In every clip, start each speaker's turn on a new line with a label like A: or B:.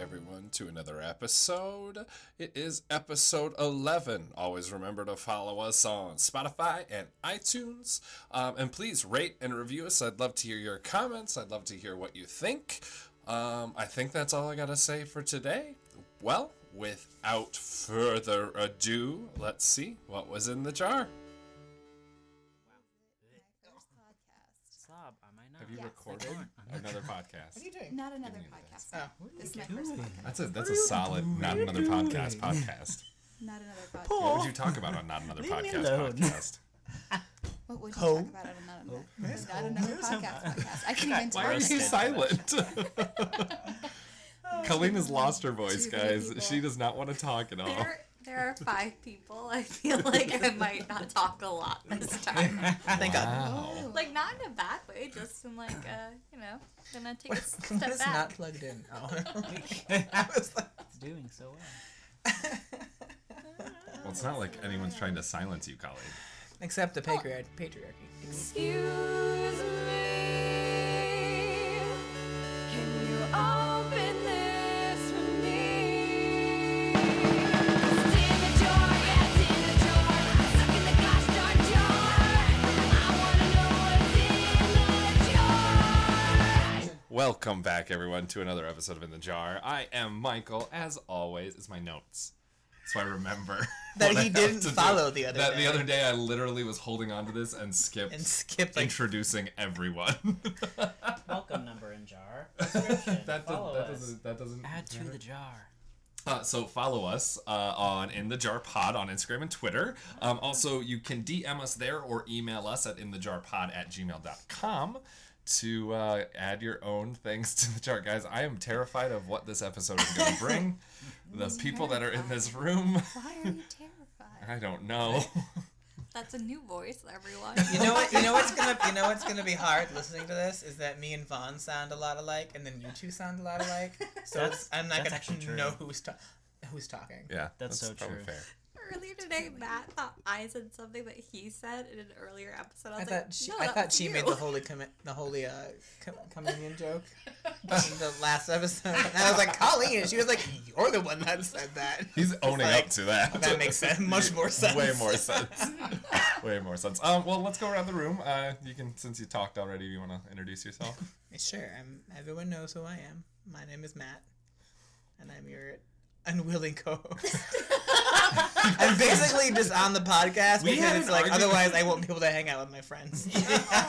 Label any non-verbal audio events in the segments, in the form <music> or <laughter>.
A: everyone, to another episode. It is episode 11. Always remember to follow us on Spotify and iTunes. Um, and please rate and review us. I'd love to hear your comments. I'd love to hear what you think. Um, I think that's all I got to say for today. Well, without further ado, let's see what was in the jar.
B: My first podcast.
C: Slob, am I not?
A: Have you
B: Yes.
A: recorded another podcast?
D: What are you doing?
B: Not another
A: Give me
B: podcast.
D: Oh.
C: What are
B: This is
C: you
B: my first
C: doing?
B: podcast.
A: That's a that's a solid not another podcast
D: <laughs>
A: podcast.
B: Not another podcast.
A: What would you talk about on not another
C: Leave me
A: podcast
C: alone.
A: podcast?
B: What would you
C: Ho.
B: talk about on not another, not another podcast podcast? I can't even
A: Why are
B: talk.
A: you silent? <laughs>
D: Oh,
A: Kalina's lost her voice,
B: Too many
A: guys.
B: people.
A: She does not want to talk at all.
E: There, there are five people. I feel like I might not talk a lot this
D: <laughs>
E: time.
D: Thank God.
A: Wow.
E: Like not in a bad way, just in like uh, you know, gonna take a
D: It's <laughs>
E: step
D: not
E: back.
D: plugged in. <laughs> Oh. I was like,
C: It's doing so well.
A: Well, it's not like anyone's trying to silence you, Colleen.
D: except the patriarch- patriarchy.
E: Excuse me. Can you open this for me? It's in the jar, yeah, it's in the jar. I'm stuck in the gosh darn jar. I wanna know what's in the jar.
A: Welcome back, everyone, to another episode of In the Jar. I am Michael. As always, it's my notes. So I remember
D: <laughs> That
A: what I
D: he
A: have
D: didn't
A: to do.
D: follow the other
A: That
D: day.
A: the other day, I literally was holding on to this and skipped
D: And skip like
A: introducing everyone.
C: Welcome number in jar. Description.
A: <laughs> that,
C: Follow
A: does, that
C: us.
A: doesn't. That doesn't.
C: <laughs> Add to the jar.
A: Uh, so follow us uh, on in the jar pod on Instagram and Twitter. Um, also, you can DM us there or email us at in the jar pod at gmail.com to uh, add your own things to the jar. Guys, I am terrified of what this episode is going to bring. the people that are in this room,
E: Why are you terrified?
A: I don't know.
E: That's a new voice, everyone.
D: you know what you know what's gonna you know what's gonna be hard listening to this is that me and Vaughn sound a lot alike and then you two sound a lot
E: <laughs>
D: alike. So
C: That's-
D: it's, I'm
C: that's
D: not gonna
C: actually true.
D: know who's ta- who's talking.
A: yeah,
C: That's so true.
E: <laughs> Earlier today, Matt thought I said something that he said in an earlier episode. I
D: I
E: was
D: thought
E: like,
D: she
E: no,
D: I
E: that
D: thought
E: was
D: she
E: you. <laughs>
D: made the holy commi- the holy uh com- communion joke in the last episode. And I was like, Colleen, and she was like, You're the one that said that.
A: He's owning
D: like,
A: up to that.
D: That
A: <laughs>
D: makes sense. Much more sense.
A: Way more sense. Way more sense. Um, well, let's go around the room. Uh, you can, since you talked already, you want to introduce yourself.
D: Sure, I'm, everyone knows who I am. My name is Matt, and I'm your
A: <laughs>
D: unwilling co-host. I'm basically just on the podcast
A: We had
D: because it's
A: an
D: like
A: argument-
D: otherwise I won't be able to hang out with
A: <laughs>
D: my friends.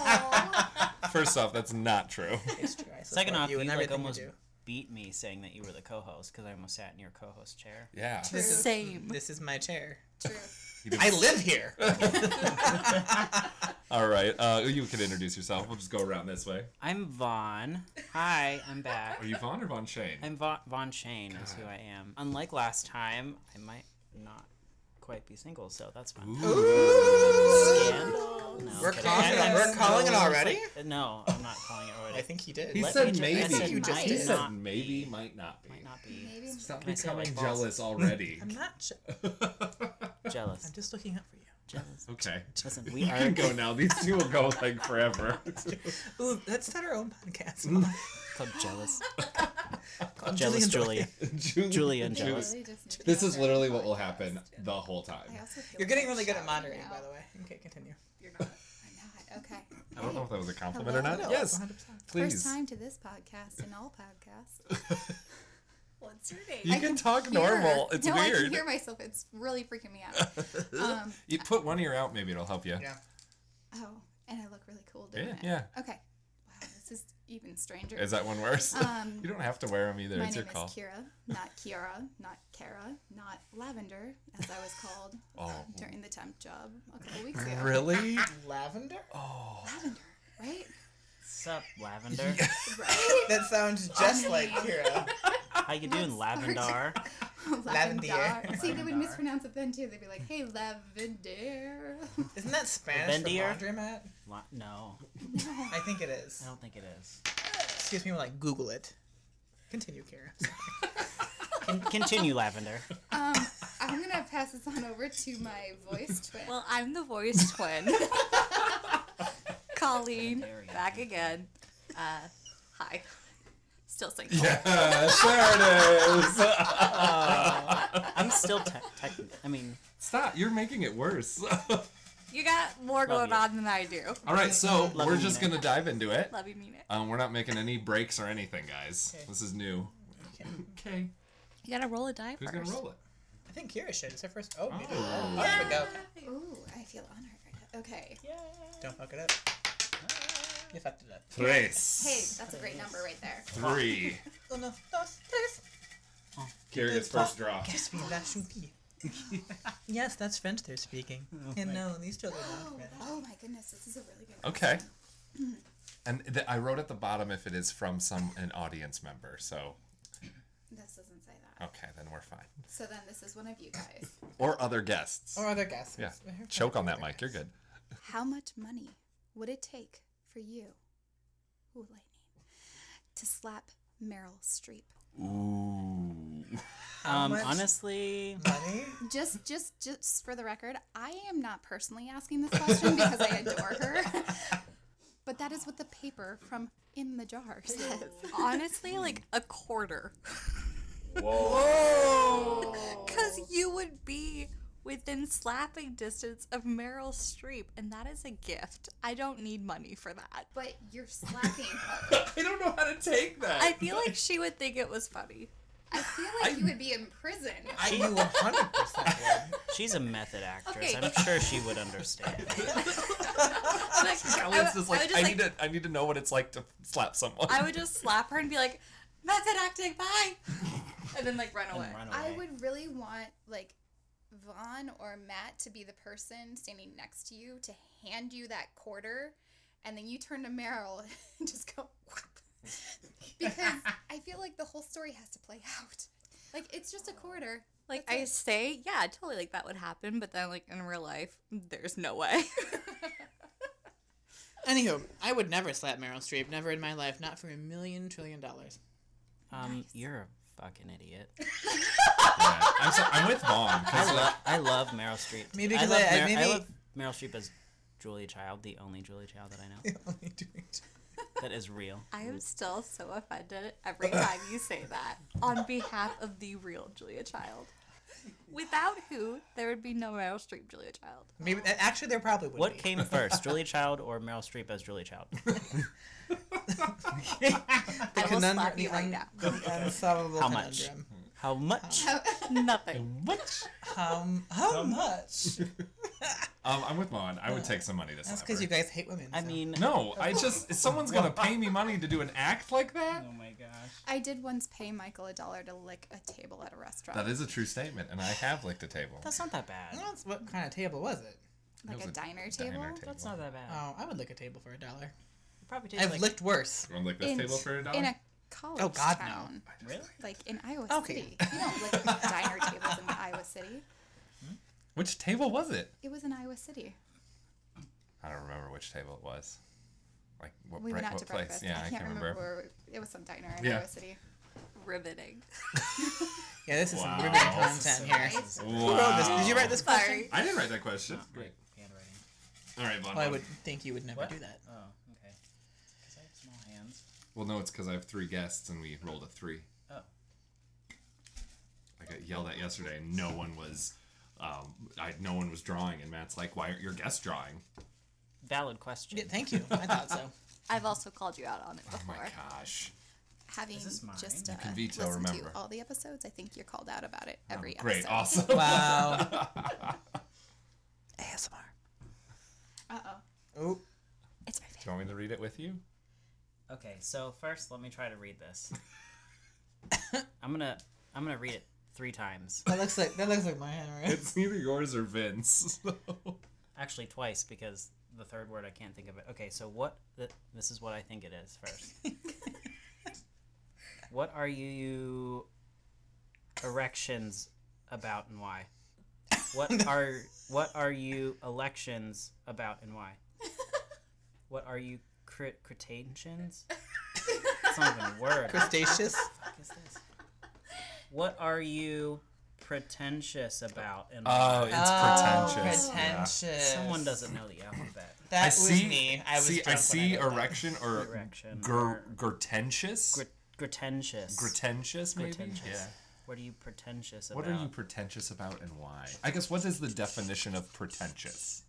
E: <laughs>
A: First off, that's not true.
D: it's true. I
C: Second
D: support
C: off, you,
D: in
C: like
D: everything
C: almost
A: <laughs>
D: do.
C: beat me saying that you were the co-host because I almost sat in your co-host chair.
A: Yeah.
D: This is-
E: Same.
D: This is my chair.
E: True.
D: I live
A: <laughs>
D: here.
A: All right. Uh, you can introduce yourself. We'll just go around this way.
C: I'm Vaughn. Hi, I'm back.
A: Are you Vaughn or Von Shane?
C: I'm Vaughn, Vaughn Shane is who I am. Unlike last time, I might not quite be single, so that's fine. Scandal? No,
D: We're
C: kidding.
D: calling it. We're calling it already.
C: Uh, No, I'm not calling it already.
D: I think he did.
A: He
C: Let me
A: said
C: just-
A: maybe.
C: I said
D: you just
C: might
D: did.
A: He said
C: not
A: maybe,
C: be.
A: might not be.
C: might not be.
B: Maybe.
A: Stop
C: Can I say it
A: becoming
C: like balls?
A: jealous already.
D: I'm not. Sh-
C: Jealous.
D: I'm just looking out for you.
C: Jealous.
A: <laughs> okay.
C: Listen,
A: You
C: we
A: <laughs>
C: are
A: can go now. These two will go like
C: <laughs>
A: forever.
D: Ooh, let's start our own podcast.
A: Mm.
D: Oh
C: called jealous.
D: Called
C: jealous
D: Julie
C: Julia.
D: and Joy.
A: Ju-
C: Julia and
B: They
A: Ju-
C: jealous.
B: literally just need to
A: This
B: have
A: is
B: their
A: literally
B: own
A: what will
B: podcast.
A: happen the whole time.
B: I also feel
D: You're getting
B: like
D: really good at
B: shouting
D: moderating,
B: now.
D: by the way. Okay, continue.
B: You're not. I'm not.
A: <laughs>
B: Okay.
A: I don't know if that was a compliment or
B: Hello?
A: not.
D: Oh,
A: Yes.
D: 100%.
A: Please.
B: First time to this podcast and all podcasts.
E: What's your name?
A: You
B: I
A: can
B: can
A: talk
B: hear-
A: normal. It's
B: no, I
A: weird.
B: can hear myself. It's really freaking me out.
A: <laughs>
B: Um,
A: You put one ear out, maybe it'll help you.
D: Yeah.
B: oh, and I look really cool doing
A: Yeah,
B: it.
A: yeah.
B: Okay. Wow, this is even stranger.
A: Is that one worse?
B: <laughs> Um,
A: <laughs> you don't have to wear them either.
B: My
A: it's
B: name
A: your
B: is
A: call.
B: Kira, not Kiara, not Kara, not Lavender, as I was called
A: <laughs>
B: um,
A: Oh.
B: during the temp job a couple weeks ago. <laughs>
A: Really?
D: Lavender?
A: Oh.
B: Lavender,
A: <laughs>
B: right?
C: Sup, Lavender?
B: Right? <laughs>
D: That sounds just like Kira.
C: How you doing, Lavendar? <laughs>
D: Lavender.
B: See, they would mispronounce it then too. They'd be like, "Hey, Lavender." <laughs>
D: Isn't that Spanish
C: Lavendier?
D: for laundromat?
C: La- no,
D: I think it is.
C: I don't think it is.
D: Excuse me, we're like Google it. Continue, Kira.
C: Con- continue, Lavender.
B: Um, I'm gonna pass this on over to my voice twin.
E: Well, I'm
B: <laughs>
E: the voice twin. <laughs> Colleen,
C: There we go.
E: back again. Uh, hi.
B: still
A: <laughs>
B: single.
A: Yeah, there it is.
C: I'm still te- technically. I mean,
A: <laughs> Stop, you're making it worse. <laughs>
B: You got more
C: Love
B: going
C: you.
B: on than I do.
A: All right, so
C: Love
A: we're
C: you,
A: just
C: Nick.
A: going to dive into it.
B: Love you, mean it.
A: Um, we're not making any breaks or anything, guys. This is new. Okay.
B: You gotta roll a die
A: Who's
B: first.
A: going to roll it?
D: I think Kira should. It's her first. Oh, you did.
A: Oh.
D: Oh, there we go.
B: Ooh, I feel honored. Okay.
D: Don't fuck it up. You fucked it up.
A: Tres.
B: Hey, that's a great number right there.
A: Three.
D: Uno, dos, tres.
A: Carrie gets first draw.
D: Kiss me, la choupie. yes, that's French they're speaking.
A: Oh
D: and no, these children are not French.
B: Oh my goodness, this is a really good.
A: Okay. And th- I wrote at the bottom if it is from some an audience member. So
B: This doesn't say that.
A: okay, then we're fine.
B: So then this is one of you guys.
A: Or other guests.
D: Or other guests.
A: yeah.
D: They're French.
A: Choke on that mic. You're good.
B: How much money would it take for you, ooh, lightning, to slap Meryl Streep?
A: Ooh.
C: um,
D: much- <laughs>
C: honestly,
D: Money?
B: Just, just, just for the record, I am not personally asking this question because I adore her, but that is what the paper from In the Jar says.
E: Honestly,
A: Hmm.
E: like a quarter. <laughs>
A: Whoa.
E: Because
A: Oh.
E: you would be within slapping distance of Meryl Streep, and that is a gift. I don't need money for that.
B: But you're slapping her.
A: <laughs> I don't know how to take that. <laughs>
E: I feel like she would think it was funny.
B: I feel like you would be in prison.
D: I you 100% would.
C: she's a method actress.
E: Okay.
C: I'm sure she would
D: <laughs>
C: understand.
E: Like, I, would-
A: Alan's just like,
E: I
A: I,
E: would just
A: need
E: like,
A: to, I need to know what it's like to slap someone.
E: I would just slap her and be like, method acting, bye. And then like run away.
C: Run away.
B: I would really want like Vaughn or Matt to be the person standing next to you to hand you that quarter, and then you turn to Meryl <laughs> and just go whap. Because I feel like the whole story has to play out. Like it's just a quarter.
E: Like
B: That's
E: I
B: it.
E: say, yeah, totally like that would happen, but then like in real life, there's no way.
D: <laughs> Anywho, I would never slap Meryl Streep. Never in my life. Not for a million trillion dollars.
C: Um, you're a fucking idiot.
A: <laughs>
D: <laughs>
A: Yeah. I'm, so, I'm with Vaughn. 'cause,
C: I
A: like,
C: love, I love Meryl Streep.
D: Maybe
C: I
D: 'cause
C: love,
D: I- I-
C: Mer-
D: maybe-
C: love Meryl Streep as Julia Child, the only Julia Child that I
D: <laughs>
C: know
D: <laughs> Only doing two.
C: that is real.
E: I am still so offended every time you say that on behalf of the real Julia Child. Without who, there would be no Meryl Streep Julia Child.
D: Maybe actually there probably would
C: What
D: be. <laughs>
C: came first, Julia Child or Meryl Streep as Julia Child?
D: <laughs>
E: I will
D: conundrum-
E: slap you
D: the
E: right
D: un-
E: now.
D: The unsolvable
C: How much?
D: conundrum.
C: How much?
E: Nothing.
A: what?
D: How, m- Um, how, much?
A: Um, I'm with Vaughn. I would take some money to slap
D: That's because
A: her.
D: you guys hate women.
C: I
D: so.
C: mean,
A: No, I just someone's gonna pay me money to do an act like that.
C: oh my gosh.
B: I did once pay Michael a dollar to lick a table at a restaurant.
A: That is a true statement, and I have licked a table.
C: That's not that bad.
D: That's what kind of table was it?
B: like
A: was
B: a,
A: a
B: diner
A: Diner
B: table.
C: That's not
E: Uh,
C: that bad.
D: Oh, I would lick a table for a dollar.
C: It probably tastes
D: I've
C: like
D: licked worse.
A: You want to lick this
B: In,
A: table for a dollar?
B: in a college
D: Oh, God, no.
B: town.
C: really.
B: Like in Iowa
D: Okay.
B: City. You don't lick diner tables in Iowa City.
A: Which table was it?
B: It was in Iowa City.
A: I don't remember which table it was. Like what,
B: We
A: bre-
B: went out
A: what
B: to
A: place?
B: breakfast.
A: Yeah,
B: I can't remember. where it was some diner in
A: Yeah.
B: Iowa City.
E: Riveting.
D: Yeah, this is
A: Wow.
D: some riveting
A: This
C: is
D: content
C: so <laughs>
D: here.
C: nice.
D: Who wrote this? Did you write this question?
E: Sorry.
A: I didn't write that question. Great.
C: Handwriting.
A: All right, Vaughn.
D: Well, I
A: Vaughn.
D: would think you would never
C: What?
D: do that.
C: Oh, okay. Because I have small hands.
A: Well, no, it's because I have three guests and we rolled a three.
C: Oh.
A: I got yelled at yesterday, and no one was, um, I no one was drawing, and Matt's like, "Why aren't your guests drawing?"
C: Valid question.
D: Yeah, thank you. I thought so.
E: I've also called you out on it
A: Oh my
E: before.
A: gosh.
B: Having
C: this mine?
B: just
A: You
B: uh,
A: can veto,
B: listened
A: remember.
B: to all the episodes, I think you're called out about it
A: Um,
B: every
A: great,
B: episode.
A: awesome.
D: Wow.
C: ASMR.
B: Uh oh.
D: Oh,
B: It's my favorite.
A: Do you want me to read it with you?
C: Okay, so first let me try to read
D: <laughs>
C: this. I'm gonna I'm gonna read it three times.
D: that looks like that looks like my handwriting.
A: It's either yours or Vince.
C: Actually twice because the third word I can't think of it. Okay, so what the, this is what I think it is first.
A: <laughs>
C: what are you erections about and why?
A: <laughs>
C: What are what are you elections about and why? What are you crit- cretaceans? It's not even a word.
D: Crustaceous.
C: fuck is this? What are you pretentious about? And
A: Oh,
C: why?
A: it's pretentious. yeah.
D: Pretentious.
C: someone doesn't know the alphabet.
D: That
A: I
D: was
A: see.
D: me. I was
A: see. I
D: drunk when
A: see
D: wrote that.
A: erection or
C: Erection.
A: gur
C: or
A: gurtentious.
C: gr-
F: pretentious.
A: Pretentious, maybe.
F: Pretentious.
A: Yeah.
F: What are you pretentious about?
A: What are you pretentious about and why? I guess what is the definition of pretentious?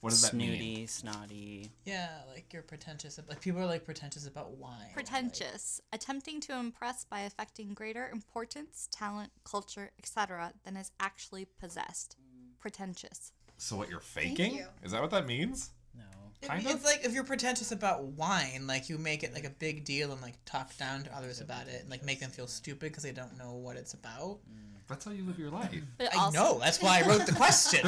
A: What does that
F: Snooty,
A: mean?
F: snotty.
D: Yeah, like you're pretentious. Like people are like pretentious about wine.
E: Pretentious, attempting to impress by affecting greater importance, talent, culture, etc., than is actually possessed. Pretentious.
A: So what you're faking?
B: you.
A: Is that what that means?
F: No.
A: Kind
D: it's like if you're pretentious about wine, like you make it like a big deal and like talk down to others about it and like make them feel stupid because they don't know what it's about.
A: That's how you live your life.
E: But it <laughs>
D: I know. <laughs> That's why I wrote the question.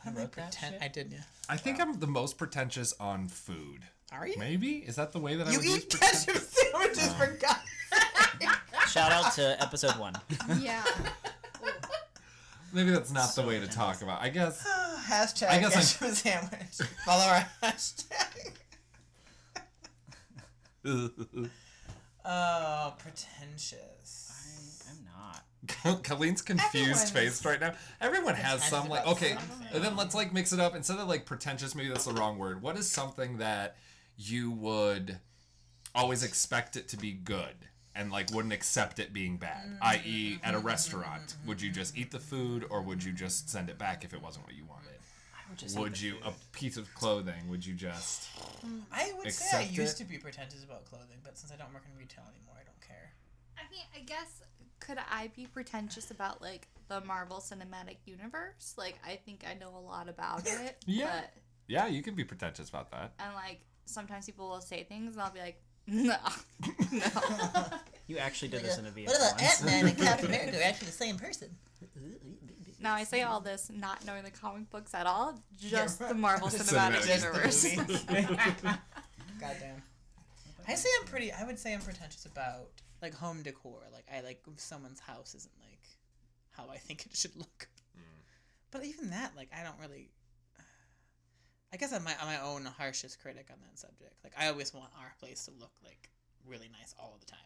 D: How am I pretend? I did. Yeah.
A: <laughs> I think I'm the most pretentious on food.
D: Are you?
A: Maybe is that the way that I
D: You
A: would use
D: eat
A: pretentious?
D: ketchup sandwiches
A: Oh.
D: for God.
F: <laughs>
D: <laughs>
F: Shout out to episode one.
B: Yeah.
A: Maybe that's not the way to talk about. I guess
D: Hashtag
A: I guess I'm-
D: ketchup sandwich.
A: <laughs>
D: Follow our hashtag. Oh, pretentious.
F: I'm not.
A: Colleen's confused
D: Everyone's
A: faced right now. Everyone has some like
D: about
A: okay, and then let's like mix it up instead of like pretentious. Maybe that's the wrong word. What is something that you would always expect it to be good and like wouldn't accept it being bad?
F: Mm-hmm,
A: I.e., at a restaurant, would you just eat the food or would you just send it back if it wasn't what you wanted?
F: I would just eat
A: Would
F: the
A: you
F: food.
A: a piece of clothing? Would you just?
D: I would say I
A: Accept
D: used
A: it.
D: to be pretentious about clothing, but since I don't work in retail anymore, I don't care.
E: I mean, I guess could I be pretentious about like the Marvel Cinematic Universe? Like, I think I know a lot about it.
A: Yeah.
E: But,
A: Yeah, you can be pretentious about that.
E: and like sometimes people will say things, and I'll be like, no, no.
F: You actually did this in a VF once.
D: Ant-Man and Captain America are actually the same person?
E: Now I say all this not knowing the comic books at all, just
D: right.
E: the Marvel Cinematic
A: Cinematic
E: Universe.
D: Goddamn. I say I'm pretty. I would say I'm pretentious about like home decor. Like I like if someone's house isn't like how I think it should look. But even that, like I don't really. I guess I'm my, I'm my own harshest critic on that subject. Like I always want our place to look like really nice all the time.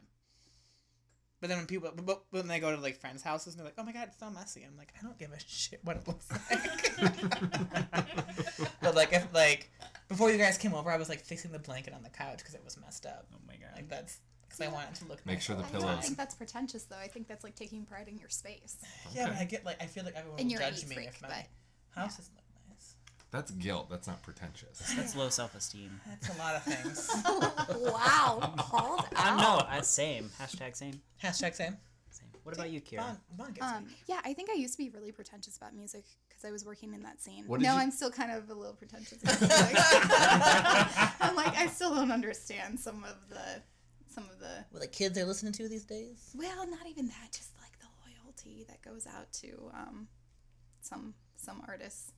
D: But then when people, but- but when they go to like friends' houses and they're like, "Oh my god, it's so messy," I'm like, "I don't give a shit what it looks
A: <laughs>
F: <laughs>
D: like." <laughs> but like if like before you guys came over, I was like fixing the blanket on the couch because it was messed up.
F: <laughs> Oh my god.
D: Like that's because I want it to look.
A: Make
D: nice
A: sure the
D: all
B: I don't
A: Pillows.
B: think that's pretentious, though. I think that's like taking pride in your space.
D: Yeah, but I get like I feel like everyone
B: And
D: will
B: you're a
D: judge
B: neat
D: me
B: freak,
D: if my
B: but-
D: house doesn't look nice.
A: That's guilt. That's not pretentious.
F: That's low self
D: <laughs>
F: esteem.
D: That's
B: <laughs>
D: a lot of things.
E: <laughs> wow, called
F: I
E: out.
F: know. I, Uh, same. Hashtag same.
D: Hashtag same.
F: Same. What about you, Kira?
D: Vaughn, Vaughn gets
B: Um,
D: me.
B: yeah, I think I used to be really pretentious about music because I was working in that scene.
A: What did
B: no,
A: you-
B: I'm still kind of a little pretentious. About music. I'm like, <laughs> I still don't understand some of the, some of the.
D: Well, the kids are listening to these days.
B: Well, not even that. Just like the loyalty that goes out to um, some some artists.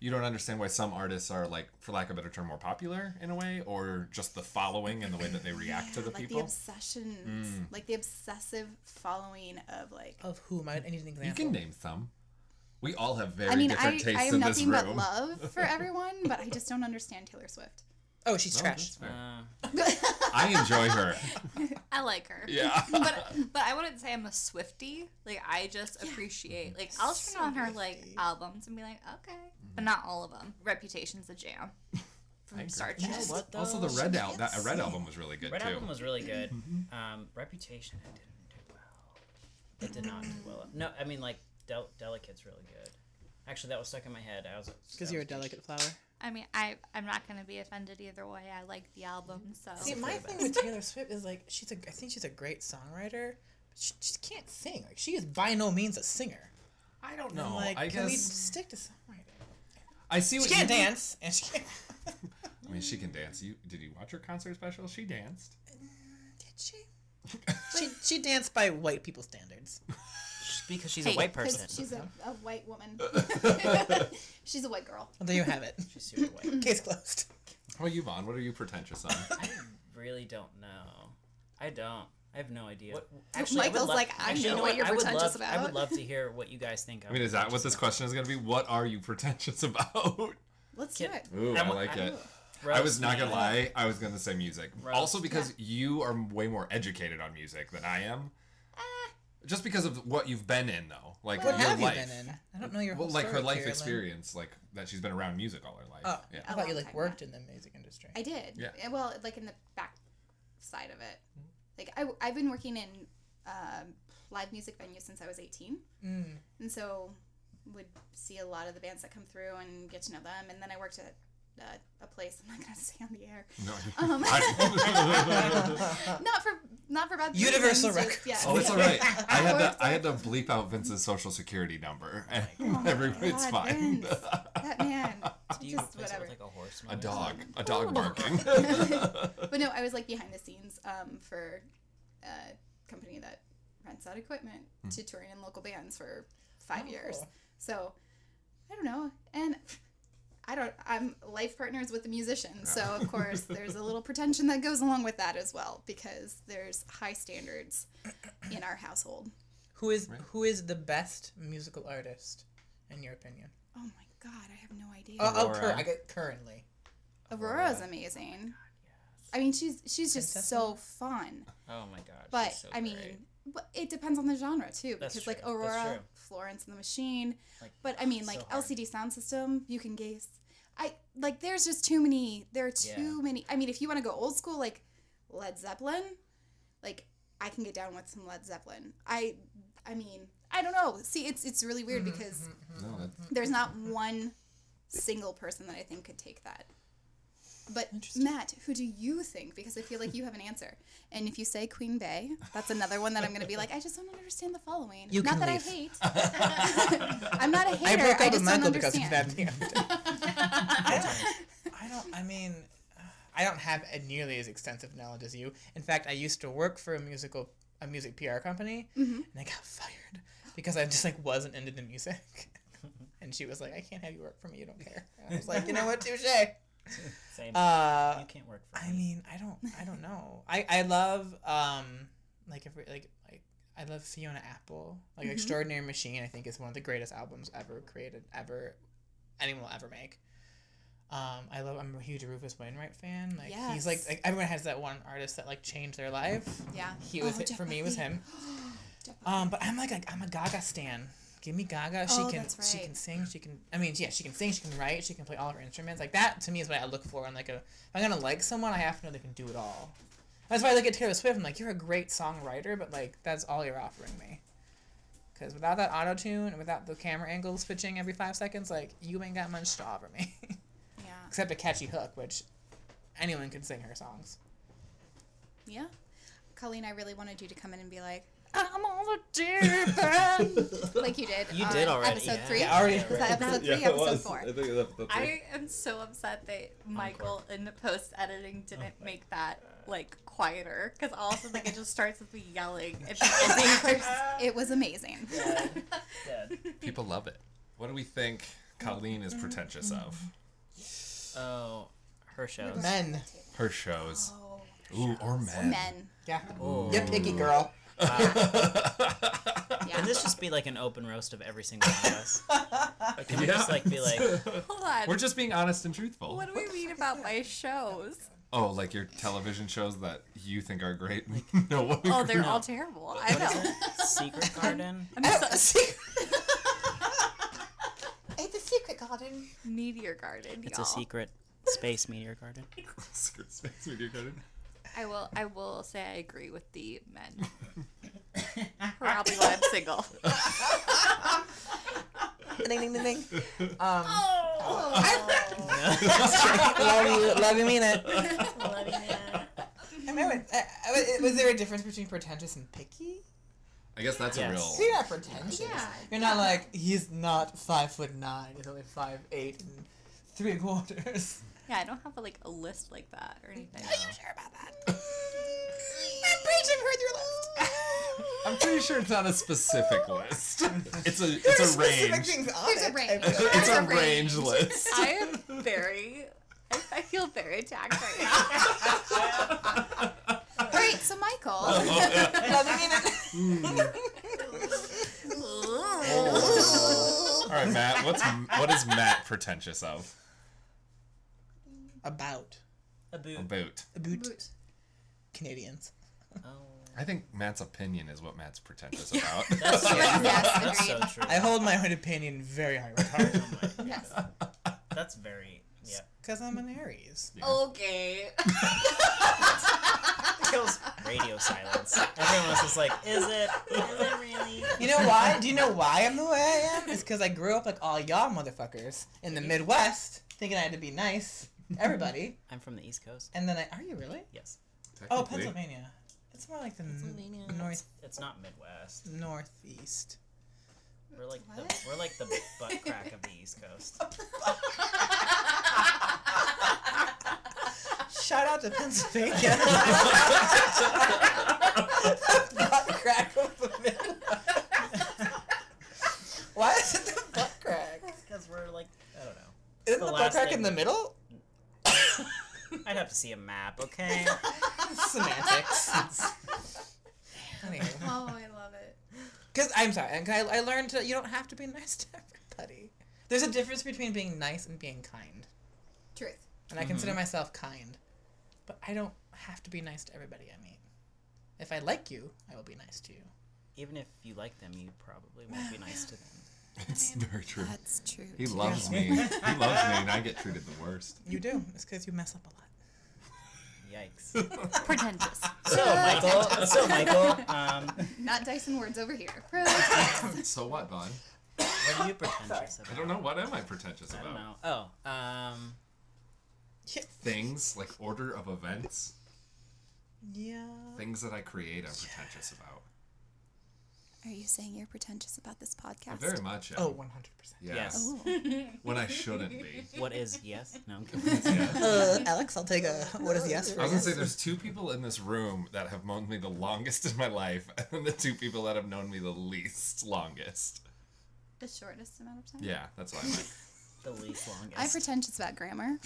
A: You don't understand why some artists are like, for lack of a better term, more popular in a way, or just the following and the way that they react to the
B: like
A: people. Mm.
B: the obsessions, like the obsessive following of like.
D: Of whom? I, I need an example.
A: you can name some. We all have very
B: I mean,
A: different
B: I,
A: tastes
B: I
A: in
B: am
A: this
B: nothing
A: room.
B: but
A: <laughs>
B: love for everyone, but I just don't understand Taylor Swift.
D: Oh, she's
A: No,
D: trash.
A: that's fair.
F: Uh,
A: I enjoy
B: <laughs>
A: her.
E: I like her.
A: Yeah. <laughs>
E: but but I wouldn't say I'm a Swifty. Like I just appreciate like I'll turn on her like albums and be like okay, but not all of them. Reputation's
A: <laughs>
E: a jam
A: Mhm. I agree.
E: from start to
F: you know
E: finish.
F: what, though?
A: Also, the red album. That red album was really good
F: Red
A: too.
F: album was really good.
D: Mm-hmm.
F: Um, Reputation, it didn't do well. It did not do well. No, I mean like Del- Delicate's really good. Actually, that was stuck in my head. I was
D: Because you're a delicate flower.
E: I mean I I'm not gonna be offended either way. I like the album
A: Mhm.
E: so.
D: See, my thing with Taylor Swift is like she's a. I think she's a great songwriter, but she just can't sing. Like she is by no means a singer.
A: I don't
D: I'm
A: know.
D: like,
A: I
D: can we
A: guess
D: stick to songwriting?
A: I see what
D: She can't
A: you-
D: dance, and she can't.
A: I mean, she can dance. You did you watch her concert special? She danced.
D: Did she? <laughs> she she danced by white people standards.
F: because she's
E: Hey,
F: a white
B: 'Cause
F: person. She's,
B: She's a, a white
A: <laughs>
B: woman. <laughs> she's a white girl.
D: Well, there you
B: <laughs>
D: have it.
F: super
C: <coughs>
F: white.
D: Case closed.
A: How about you, Vaughn? Oh, What are you pretentious on?
F: I really don't know. I don't. I have no idea. I would
B: Michael's
F: love-
B: like, I know
F: you
B: what you're
F: I would
B: pretentious
F: love- I would
B: about.
F: love to hear what you guys think.
A: I mean, is that what this question is going to be? What are you pretentious about?
B: Let's do
F: Kid-
B: it.
A: Ooh,
F: I'm-
A: I like
F: I'm-
A: it. I was not gonna lie. I was gonna say music, also because you are way more educated on music than I am. just because of what you've been in though, like
D: What
A: your
D: have
A: life.
D: you been in? I don't know your
A: Well,
D: whole
A: like her
D: story,
A: life
D: Carolyn.
A: experience, like that she's been around music all her life.
D: Oh,
A: yeah.
D: I thought you
B: long
D: like
B: time
D: worked in the music industry.
B: I did.
A: Yeah.
B: Uh, Well, like in the back side of it. Like I, I've been working in um, live music venues since I was 18.
D: Mm.
B: And so would see a lot of the bands that come through and get to know them. And then I worked at uh, a place <laughs> I'm not going to say on the air.
A: No.
D: <laughs>
B: Um,
A: I-
B: <laughs> not for not for bad
D: Universal
B: reasons,
D: Records.
B: Just, yeah.
A: <laughs> oh, it's all
B: <laughs>
A: right. I had
B: worked
A: to I had to bleep out Vince's social security number,
D: Oh
A: and
B: Oh
A: <laughs>
B: my
A: every it's
B: God,
A: fine.
B: Vince. That man.
C: Do you
B: just
C: replace
B: whatever.
C: it with like a horse?
A: <laughs> a
C: noise?
A: dog, a dog
D: <laughs>
A: barking. <laughs>
B: but no, I was like behind the scenes um, for uh, a company that rents out equipment to touring and local bands for <laughs> five
D: Oh,
B: years.
D: cool.
B: So I don't know, and I don't. I'm life partners with a musician, so of course there's a little pretension that goes along with that as well because there's high standards in our household.
D: Who is who is the best musical artist in your opinion?
B: Oh my god, I have no idea.
D: Oh, oh cur-
C: Aurora.
D: I get currently.
B: Aurora is
C: Oh
B: amazing. I mean, she's she's just
D: Princess
B: so fun.
C: Oh my god. she's
B: But
C: so
B: I mean,
C: great.
B: but it depends on the genre too,
C: That's
B: because like
C: true, that's
B: Aurora,
C: true.
B: Florence and the Machine.
C: Like,
B: but I mean,
C: so
B: like
C: hard.
B: LCD sound system, you can guess. I like. There's just too many. There are too
C: Yeah.
B: many. I mean, if you want to go old school, like Led Zeppelin, like I can get down with some Led Zeppelin. I, I mean, I don't know. See, it's it's really weird
D: Mm-hmm,
B: because
A: no, that,
B: there's not one single person that I think could take that. But
D: Interesting.
B: Matt, who do you think? Because I feel like you have an answer. And if you say Queen Bay, that's another one that I'm going to be like, I just don't understand the following.
D: You
B: not
D: can
B: that
D: leave.
B: I
A: <laughs>
D: <laughs>
B: hate. <laughs> I'm not a hater. I,
D: I broke up with
B: just don't
D: Michael because of
B: understand.
D: that. <laughs> I
B: <laughs>
D: don't. I don't. I mean, I don't have a nearly as extensive knowledge as you. In fact, I used to work for a musical, a music PR company,
B: Mm-hmm.
D: and I got <laughs> fired because I just like wasn't into the music. and she was like, "I can't have you work for me. You don't care." And I was like, "You know what? Touche."
C: same.
D: Uh,
C: you can't work for
D: I
C: me.
D: mean, I don't, I don't know. I, I love, um, like every, like, like, I love Fiona Apple. Like,
C: Mm-hmm.
D: Extraordinary Machine, I think is one of the greatest albums ever created, ever, anyone will ever make. Um, I love. I'm a huge Rufus Wainwright fan. Like, he's like,
B: Yes.
D: like, everyone has that one artist that like changed their life.
B: Yeah.
D: He was
B: Oh,
D: it
B: Jeff
D: for me. Was
B: Buckley.
D: him.
B: <gasps> Jeff Buckley.
D: Um, but I'm like, like I'm a Gaga stan. Give me Gaga. She
B: Oh,
D: can
B: that's
D: she
B: right.
D: can sing. She can. I mean, yeah, she can sing. She can write. She can play all her instruments. Like that to me is what I look for. I'm like, a, if I'm gonna like someone, I have to know they can do it all. That's why I look at Taylor Swift. I'm like, you're a great songwriter, but like that's all you're offering me. Because without that auto tune and without the camera angle switching every five seconds, like you ain't got much to offer me. <laughs>
B: Yeah.
D: Except a catchy hook, which anyone can sing her songs.
B: Yeah. Colleen, I really wanted you to come in and be like, I'm on the
D: <laughs>
B: deep end. like you did.
C: You
B: on
C: did already,
B: Episode
C: yeah.
B: three.
D: Yeah, already.
B: Was
C: <laughs>
B: that episode three?
A: it
B: episode
A: was.
B: four.
A: I think that- that's right.
E: I am so upset that Michael in the post editing didn't make that like quieter because I also think it just starts with me yelling
A: <laughs>
E: at the
B: It was amazing.
E: ending.
C: Dead.
A: People love it. What do we think Colleen is pretentious of?
C: Oh, her shows.
D: Men.
A: Her shows.
B: Oh,
A: Ooh, or men. <laughs>
B: men.
D: Yeah.
C: Ooh.
D: You're picky, girl.
B: Yeah.
C: Can this just be like an open roast of every single one
A: <laughs>
C: of us? Or can we just like be like,
E: <laughs> Hold on.
A: We're just being honest and truthful.
E: what do we mean about my shows?
A: Oh, like your television shows that you think are great. <laughs> no, what
E: Oh, they're all terrible. I <laughs> know.
C: Secret Garden?
E: I'm just a
D: Ain't the secret garden.
E: meteor garden.
C: It's
E: y'all.
C: a secret space meteor
D: <laughs>
C: garden.
A: Secret Space Media Garden.
E: I will. I will say I agree with the men.
D: <laughs>
E: Probably why I'm single.
D: ding, ding, ding, ding. <laughs> Um,
E: Oh.
D: love you, love you, mean it.
E: <laughs>
D: I mean, I would- I- I would- was there a difference between pretentious and picky?
A: I guess that's
C: Yes.
A: a real.
D: You're not pretentious.
B: Yeah.
D: You're not like he's not five foot nine. He's only five eight and three quarters.
E: Yeah, I don't have a, like a list like that or anything.
B: sure about that? I'm preaching for your list.
A: I'm pretty sure it's not a specific list. It's a
D: There's
A: it's a
D: specific
A: range.
D: things on
B: There's a
D: it.
B: range.
A: <laughs> It's
B: There's
A: a range list.
E: I am very. I, I feel very attacked right now.
D: <laughs>
B: All right, so Michael,
D: Love you, mean it.
C: Mm.
E: <laughs>
A: All right, Matt. What's what is Matt pretentious of?
D: About
C: A boot.
A: A boot.
C: Um,
D: about Canadians.
C: Oh.
A: I think Matt's opinion is what Matt's pretentious about. <laughs>
C: That's so true.
B: <laughs> Yes,
C: That's so
B: agreed.
C: true.
D: I hold my own opinion very high regard
B: Yes.
C: That's very. <laughs> Yeah.
D: because I'm an Aries.
E: <laughs> Okay.
C: Kills radio silence. Everyone else is like, is it? <laughs> Is it really?
D: You know why? Do you know why I'm the way I am? It's because I grew up like all y'all motherfuckers in the Midwest, thinking I had to be nice, everybody,
C: I'm from the East Coast.
D: and then I are you really?
C: Yes.
D: Oh,
A: Technically.
D: Pennsylvania. It's more like the m- Mm, north
C: It's not Midwest.
D: northeast.
C: We're like the,
B: What?
C: we're like the <laughs> butt crack of the East Coast.
D: Shout out to Pennsylvania. butt crack of the Midwest. Why is it the butt crack?
C: Because we're like, I don't know.
D: Isn't
C: The
D: the, butt
C: last
D: crack
C: thing-
D: in the middle? <laughs>
C: I'd have to see a map. <laughs> Okay.
D: Semantics.
B: Oh, I love it.
D: Because I'm sorry, and I, I learned that you don't have to be <laughs> nice to everybody. There's a difference between being nice and being kind,
B: Truth.
D: and I consider myself kind, but I don't have to be nice to everybody I meet. If I like you, I will be nice to you.
C: Even if you like them, you probably won't be nice to them.
A: It's very true.
B: That's true.
A: He loves me. He loves me, and I get treated the worst.
D: You do. It's because you mess up a lot.
C: Yikes. <laughs>
E: Pretentious.
C: So Michael. So Michael. <laughs> Um,
B: Not Dyson words over here.
A: So what, Vaughn?
C: what are you pretentious about?
A: I don't know. What am I pretentious
C: I
A: about?
C: don't know. Oh. Um.
A: Things like order of events,
D: Yeah.
A: things that I create, I'm pretentious about.
B: Are you saying you're pretentious about this
A: I
B: podcast?
A: very much. Am.
D: Oh, 100%.
A: yeah.
C: Yes.
A: When I shouldn't be.
C: What is <laughs> yes? No. I'm kidding.
A: Yeah.
D: <laughs> Uh, Alex, I'll take a what is <laughs> yes
A: I
D: for
A: was gonna
D: yes?
A: say there's two people in this room that have known me the longest in my life, <laughs> and the two people that have known me the least longest.
B: The shortest amount of time.
A: Yeah, that's why. I'm like,
C: The least longest.
B: I'm pretentious about
D: <laughs>
B: grammar.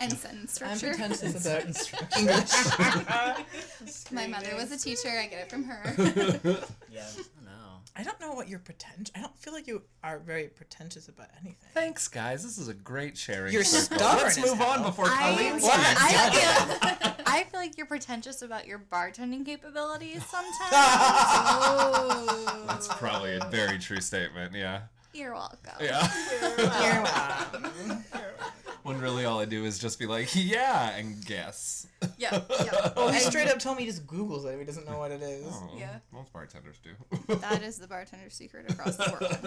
B: and sentence
D: I'm
B: structure.
D: pretentious about English.
B: My mother was a teacher. I get it from
D: <laughs>
B: her.
C: <laughs> yeah. I don't know.
D: I don't know what you're pretentious. I don't feel like you are very pretentious about anything.
A: <laughs> Thanks, guys. This is a great sharing.
D: You're
A: circle.
D: stubborn
A: Let's
D: as
A: move on
D: hell.
A: before
E: I-
A: Colleen's
D: What?
E: I feel, I feel like you're pretentious about your bartending capabilities
C: <laughs>
E: sometimes.
A: That's probably a very true statement. Yeah.
E: you're welcome.
A: Yeah. <laughs>
D: You're welcome. <laughs>
A: when really all I do is just be like, yeah, and guess.
E: Yeah.
A: <laughs>
D: Oh, he straight up told me he just Googles it. He doesn't know what it is.
A: Oh,
E: Yeah.
A: Most bartenders do.
B: That is the bartender's secret across the world.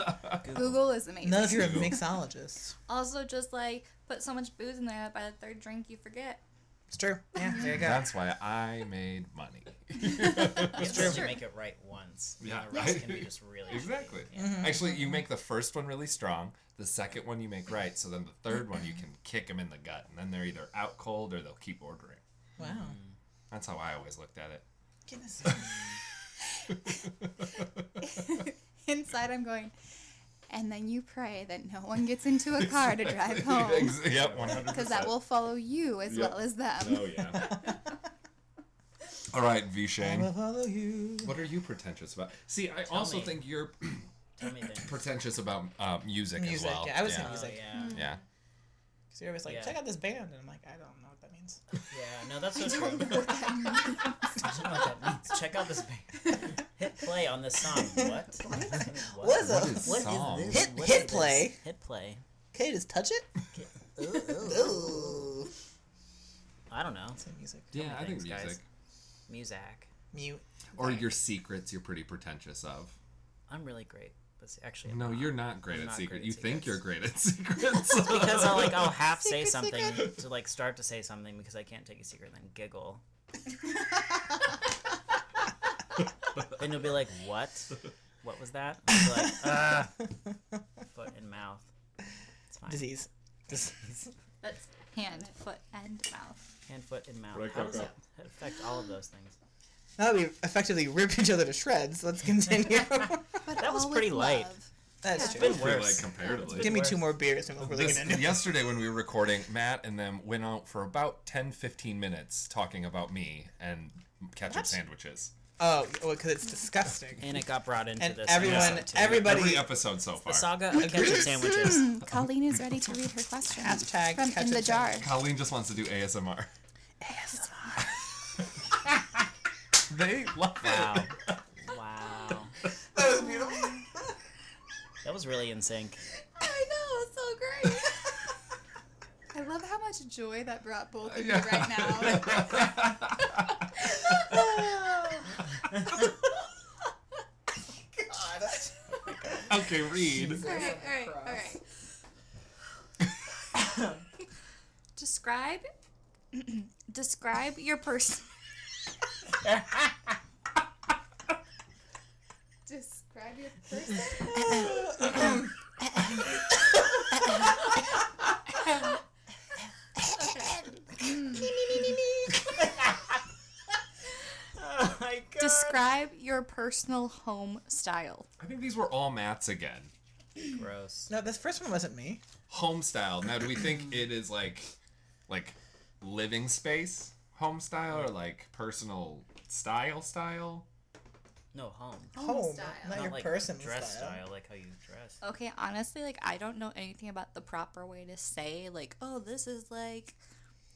B: Google is amazing.
D: None of you are mixologist.
E: Also, just like put so much booze in there that by the third drink you forget.
D: It's true. Yeah, there you
A: <laughs>
D: go.
A: That's why I made money.
C: It's true. You make it right once.
A: Yeah,
C: The rest
A: right.
C: can be just really shitty.
A: Exactly.
D: Mm-hmm.
A: Actually, you make the first one really strong, the second one you make right, so then the third one you can kick them in the gut, and then they're either out cold or they'll keep ordering.
D: Wow.
C: Mm,
A: That's how I always looked at it. <laughs>
D: Goodness.
B: <laughs> Inside, I'm going. And then you pray that no one gets into a car to drive home,
A: Ex- yep, 100%.
B: <laughs> because that will follow you as
A: Yep.
B: well as them.
A: Oh, yeah. All right, V
D: I will
A: Shane.
D: follow you.
A: What are you pretentious about? See, I also
C: Um, me.
A: think you're
C: Tell me <laughs> things.
A: pretentious about uh, music, as
D: Music.
A: well.
D: Yeah, I was
A: yeah.
D: gonna
C: Oh,
D: Music.
C: yeah.
A: yeah.
D: Because you're always like,
C: Yeah.
D: check out this band. And I'm like, I don't know what that means.
C: Yeah, no, that's so true. <laughs> I don't know what that means. Check out this band. <laughs> Hit play on this song. <laughs> What? What?
D: What is
A: What
D: a
A: is
C: What is
A: song?
C: this?
D: Hit-
C: What
D: hit
C: is this?
D: play.
C: Hit play.
D: <laughs> Can you just touch it? Ooh.
C: I don't know.
D: It's in music.
A: Yeah, I think
C: things,
A: music.
C: guys. Music.
D: Mute.
A: Or your secrets you're pretty pretentious of.
C: I'm really great. But see, actually, I'm
A: No,
C: not.
A: you're not great
C: I'm
A: at
C: not
A: secret.
C: great at
A: you think
C: secrets.
A: you're great at <laughs> secrets.
C: Because I'll like I'll
D: <laughs>
A: "Oh, <laughs>
C: half say something to like start to say something because I can't take a secret and then giggle.
D: <laughs>
C: then you'll be like, "What? What was
D: <laughs>
C: that?" I'll be like, "Ah, foot and mouth." It's fine.
D: Disease. Dis-
E: That's
B: Hand, foot, and mouth.
C: Hand, foot, <laughs> and mouth.
A: Right,
C: How
A: right,
C: does that affect all of those things?
D: Now that we effectively rip each other to shreds, <laughs> let's continue.
B: But
C: That was
B: all with
C: pretty light.
B: love.
D: That's
C: It's
D: true.
C: been
A: <laughs> like
C: worse.
A: comparatively.
D: Give me two more beers and we're really
A: This-
D: gonna
A: <laughs>
D: do.
A: yesterday when we were recording, Matt and them went out for about 10, 15 minutes talking about me and ketchup sandwiches.
D: Oh, because it's disgusting.
C: And it got brought into
D: And
C: this.
D: everyone,
C: episode, too.
D: everybody,
A: Every episode so
C: The
A: far.
C: saga of ketchup
D: <laughs>
C: sandwiches.
B: <laughs> Colleen is ready to read her question
E: <laughs>
D: Hashtag
B: from in
D: ketchup
B: the jar.
A: Colleen just wants to do ASMR. <laughs> They love
C: Wow.
A: it.
C: wow.
G: That
D: Oh,
G: was beautiful.
C: That was really in
D: <laughs>
C: sync.
B: I know, it's so
C: <laughs>
B: great. I love how much joy that brought
D: Uh,
B: both of you
A: Yeah.
B: right
D: <laughs>
B: now.
G: God.
A: <laughs> okay, read.
E: All right, all right, <laughs> all right. describe, <clears throat> describe your person.
B: Describe your person.
C: Oh my god.
E: <laughs> Describe your personal home style.
A: I think these were all Matt's again.
C: Gross.
D: No, this first one wasn't me.
A: Home style. Now, do we
C: <clears throat>
A: think it is like, like, living space home style or like personal style style?
C: No home.
D: Home,
B: style.
D: not
C: Not
D: your
C: like
D: person
C: dress style. like how you dress.
E: Okay, honestly, like I don't know anything about the proper way to say like, oh, this is like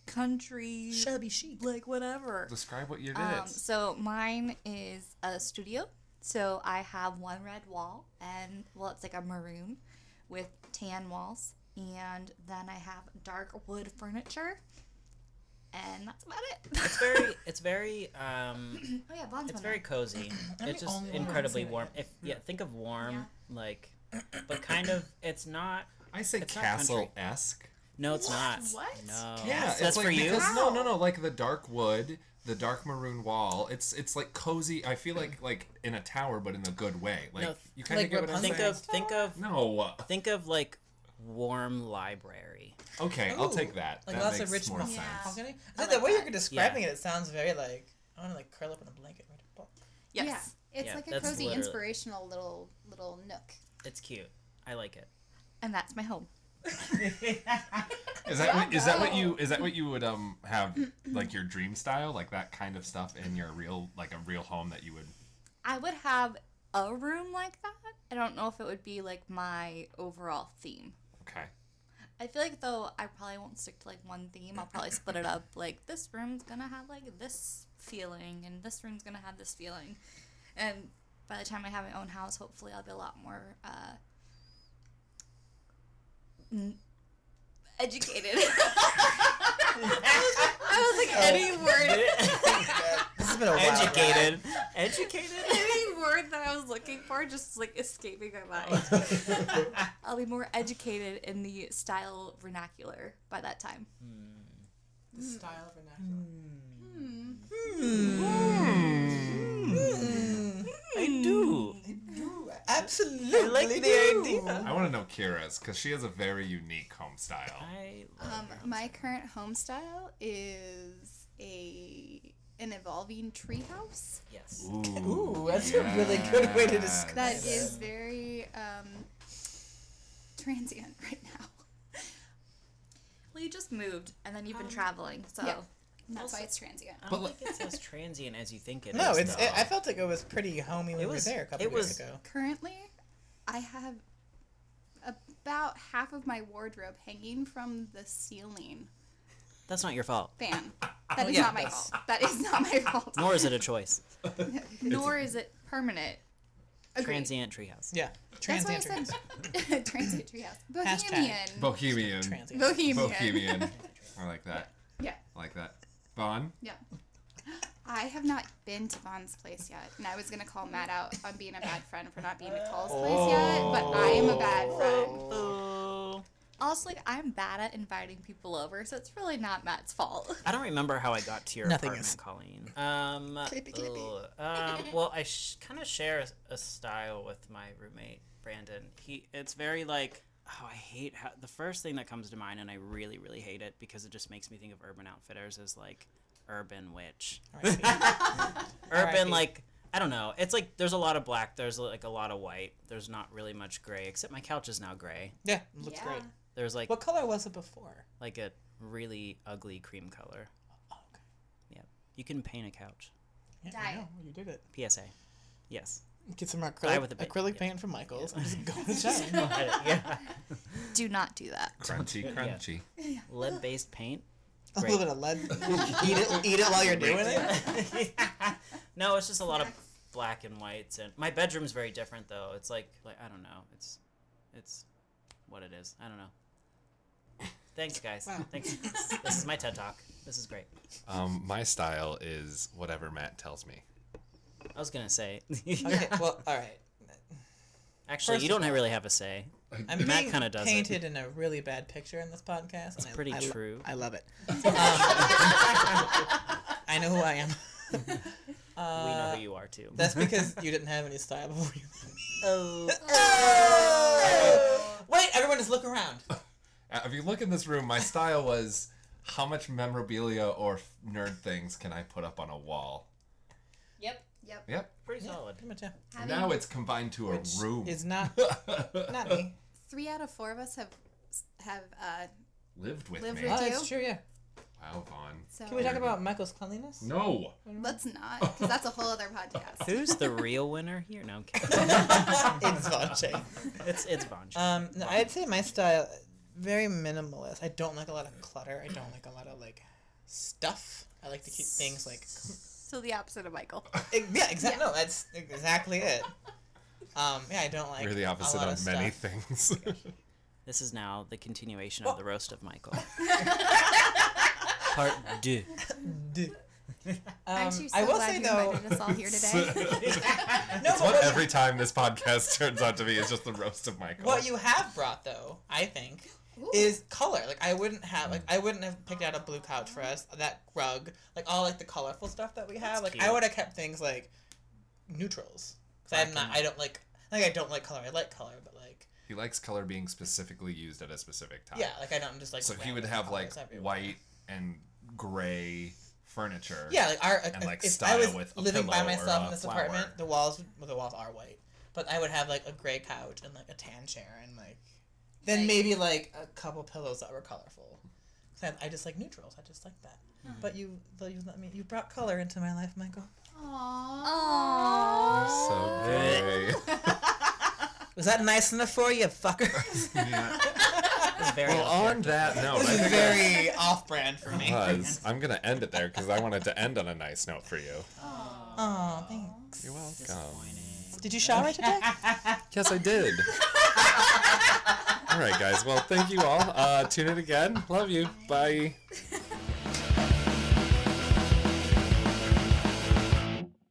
E: country,
D: Shabby chic.
E: like whatever.
A: Describe what you did.
E: Um, so mine is a studio. So I have one red wall, and well, it's like a maroon with tan walls, and then I have dark wood furniture, and that's about
C: It's
E: it.
C: very it's very um
E: <laughs> oh yeah, Vaughn's
C: it's
E: one
C: very
E: now.
C: cozy.
D: I'm
C: It's
D: the
C: just
D: only one who
C: incredibly
D: hasn't seen it
C: warm.
D: yet.
C: If yeah, think of warm,
E: Yeah.
C: like but kind of it's not
A: I say
C: it's not country.
A: castle esque.
C: no it's not.
B: What?
C: No.
A: Yeah, it's
C: that's
A: like
C: for you?
A: because- no, no, no. Like the dark wood, the dark maroon wall. It's it's like cozy. I feel like like in a tower, but in a good way. Like
C: No,
A: you kind of
D: like
A: get what I'm
C: Think
A: saying.
C: of think of
A: no.
C: think of like warm library.
A: Okay, I'll
D: Ooh,
A: take that.
D: Like
A: that
D: lots
A: makes
D: of rich
A: more
D: mahogany.
A: sense.
E: Yeah.
D: mahogany. I
E: I
D: think the
E: like
D: way
E: that.
D: you're describing it, it sounds very like I want to like curl up in a blanket and read <laughs> a book.
E: Yes.
B: Yeah, it's
C: Yeah,
B: like a
C: that's
B: cozy,
C: literally-
B: inspirational little little nook.
C: It's cute. I like <laughs> it.
E: And that's my home.
A: Is that what, is that what you is that what you would um have like your dream style like that kind of stuff in your real like a real home that you would
E: I would have a room like that. I don't know if it would be like my overall theme.
A: okay
E: I feel like though I probably won't stick to like one theme. I'll probably split it up. Like this room's gonna have like this feeling, and this room's gonna have this feeling. And by the time I have my own house, hopefully I'll be a lot more uh, n- educated. <laughs> I was like, any word,
D: This has been a wild ride.
C: Educated. Educated.
E: any word that I was looking for, just like escaping my mind.
D: <laughs>
E: I'll be more educated in the style vernacular by that time.
D: The style vernacular. Hmm. Mm.
C: I do.
D: Ooh, Mm. absolutely the idea.
A: I want to know Kira's because she has a very unique home style
C: I
B: Um, my current home style is a an evolving treehouse
C: yes.
D: Ooh, that's a really good way to describe.
B: that is very um, transient <laughs> right now.
E: Well, you just moved, and then you've been traveling, so
B: yeah. That's why it's transient.
C: I
A: But
C: don't
A: like-
C: think it's as transient as you think it is.
D: No, it's.
C: though.
D: It, I felt like it was pretty homey when
C: It
D: we were
C: was-
D: there a couple
C: it
D: years
C: was-
D: ago.
B: Currently, I have about half of my wardrobe hanging from the ceiling
C: That's not your fault.
B: fan. That is
D: Oh, yeah,
B: not my fault. That is not my fault.
C: Nor is <laughs> it a choice.
B: Nor is it permanent. Agreed.
C: Transient treehouse.
D: Yeah,
B: That's why
D: transient.
B: I <laughs> said transient treehouse.
D: Hashtag.
A: bohemian
B: Bohemian. <laughs>
D: transient.
B: Bohemian.
A: bohemian I like that
B: <laughs> Yeah.
A: I like that Vaughn
B: Yeah. I have not been to Vaughn's place yet, and I was gonna call Matt out on being a bad friend for not being to Cole's place yet, but I am a bad friend.
C: Oh.
E: Also, like I'm bad at inviting people over, so it's really not Matt's fault.
C: I don't remember how I got to your
D: Nothing
C: apartment, <laughs>
D: is-
C: Colleen. Um, ugh. um, well, I sh- kind of share a, a style with my roommate Brandon. He, it's very like, oh, I hate how the first thing that comes to mind, and I really, really hate it because it just makes me think of Urban Outfitters as like urban witch, urban
D: R.I.P..
C: like. I don't know. It's like there's a lot of black, there's like a lot of white, there's not really much gray, except my couch is now gray.
D: Yeah, it looks
B: Yeah.
D: great.
C: There's like
D: What color was it before?
C: like a really ugly cream color.
D: Oh, okay.
C: You can paint a couch.
D: Yeah, I
B: Diet.
D: know, you did it.
C: PSA.
D: <laughs>
C: Yes.
D: Get some acrylic,
C: Diet with a bit,
D: acrylic
C: yeah.
D: paint from Michaels and just
C: <laughs>
D: go to the shop.
C: yeah.
E: Do not do that.
A: crunchy crunchy
C: Lead based paint. <laughs>
A: <laughs>
D: A little bit of lead. eat it, eat it while you're doing it.
C: No, it's just a lot of
B: Snacks.
C: black and whites, and my bedroom's very different though. It's like like I don't know. It's it's what it is. I don't know. Thanks, guys.
D: Wow.
C: Thanks. this is my TED talk. This is great.
H: Um, my style is whatever Matt tells me.
C: I was gonna say.
D: <laughs>
C: <laughs>
D: Okay, well, all right.
C: Actually,
D: First
C: you
D: of
C: don't really have a say.
D: I'm
C: Matt
D: being
C: kinda does it.
D: painted in a really bad picture in this podcast. It's
C: pretty
D: I, lo-
C: true.
D: I love it.
C: <laughs>
D: Um, <laughs> I know who
C: <laughs>
D: I am. uh,
C: we know who you are too. <laughs>
D: That's because you didn't have any style before
A: <laughs>
D: you.
C: oh.
D: Wait, everyone, just look around.
A: Uh, If you look in this room, my style was how much memorabilia or f- nerd things can I put up on a wall?
E: Yep.
B: Yep.
A: Yep.
C: Pretty solid.
D: Pretty much, yeah.
B: Having
A: now it's combined to a
D: Which
A: room. <laughs>
D: is not not me.
B: three out of four of us have have uh,
A: Lived with
B: Lived
A: me.
D: Oh,
B: with-
D: that's true. Yeah.
A: Wow, Vaughn.
B: so
D: Can we talk about Michael's cleanliness?
A: No.
B: let's not because that's a whole other podcast.
C: Who's the real winner here? No, I'm
D: <laughs>
C: kidding.
D: <laughs> it's not Jay.
C: it's it's Von.
D: Um, no, I'd say my style very minimalist. I don't like a lot of clutter. I don't like a lot of like stuff. I like to keep things like
E: So the opposite of Michael.
D: Ex- yeah, exactly. No, that's exactly it. Um, yeah, I don't like
H: We're the
D: a
H: opposite
D: lot
H: of, many
D: stuff.
H: things.
C: This is now the continuation of the roast of
D: <laughs>
C: Michael. Part two.
D: <laughs> Dude.
B: Aren't
D: Um,
B: you so
D: I will
B: glad
D: say
B: you
D: though,
B: invited us
A: <laughs>
B: all here today?
D: <laughs>
E: <laughs>
D: no, but
H: what
D: what,
H: every time this
A: <laughs>
H: podcast turns out to be is just the roast of Michael.
D: what you have brought though, I think, is color. Like I wouldn't have,
A: Mm.
D: like I wouldn't have picked out a blue couch for us. That rug, like all like the colorful stuff that we have. like I
C: cute.
D: would have kept things like neutrals. 'Cause I'm not. I don't like. Like I don't like color. I like color, but like
A: He likes color being specifically used at a specific time.
D: yeah, like I don't just like.
A: So he
D: random
A: would have like
D: colors everywhere.
A: white and gray furniture.
D: Yeah, like our
A: And, like,
D: if
A: style
D: I was
A: with a
D: living by
A: pillow or
D: myself
A: a
D: in this
A: flower.
D: apartment, the walls well, the walls are white, but I would have like a gray couch and like a tan chair and like then
B: Like-
D: maybe like a couple pillows that were colorful. 'Cause I I just like neutrals. I just like that. But you, though you let me, you brought color into my life, Michael.
B: Aww.
A: You're so gay.
D: Was that nice enough for you,
A: <laughs>
D: fuckers?
A: Yeah.
C: It's very
A: Well,
C: off
A: on that note, I
D: this is
A: think
D: very off-brand for me.
H: that was- I'm going to end it there because I wanted to end on a nice note for you.
D: Oh, thanks.
H: You're welcome.
D: Did you shower today?
H: Yes, I <laughs> did. all right, guys. Well, thank you all. Uh, tune in again. Love you. Bye.
A: I.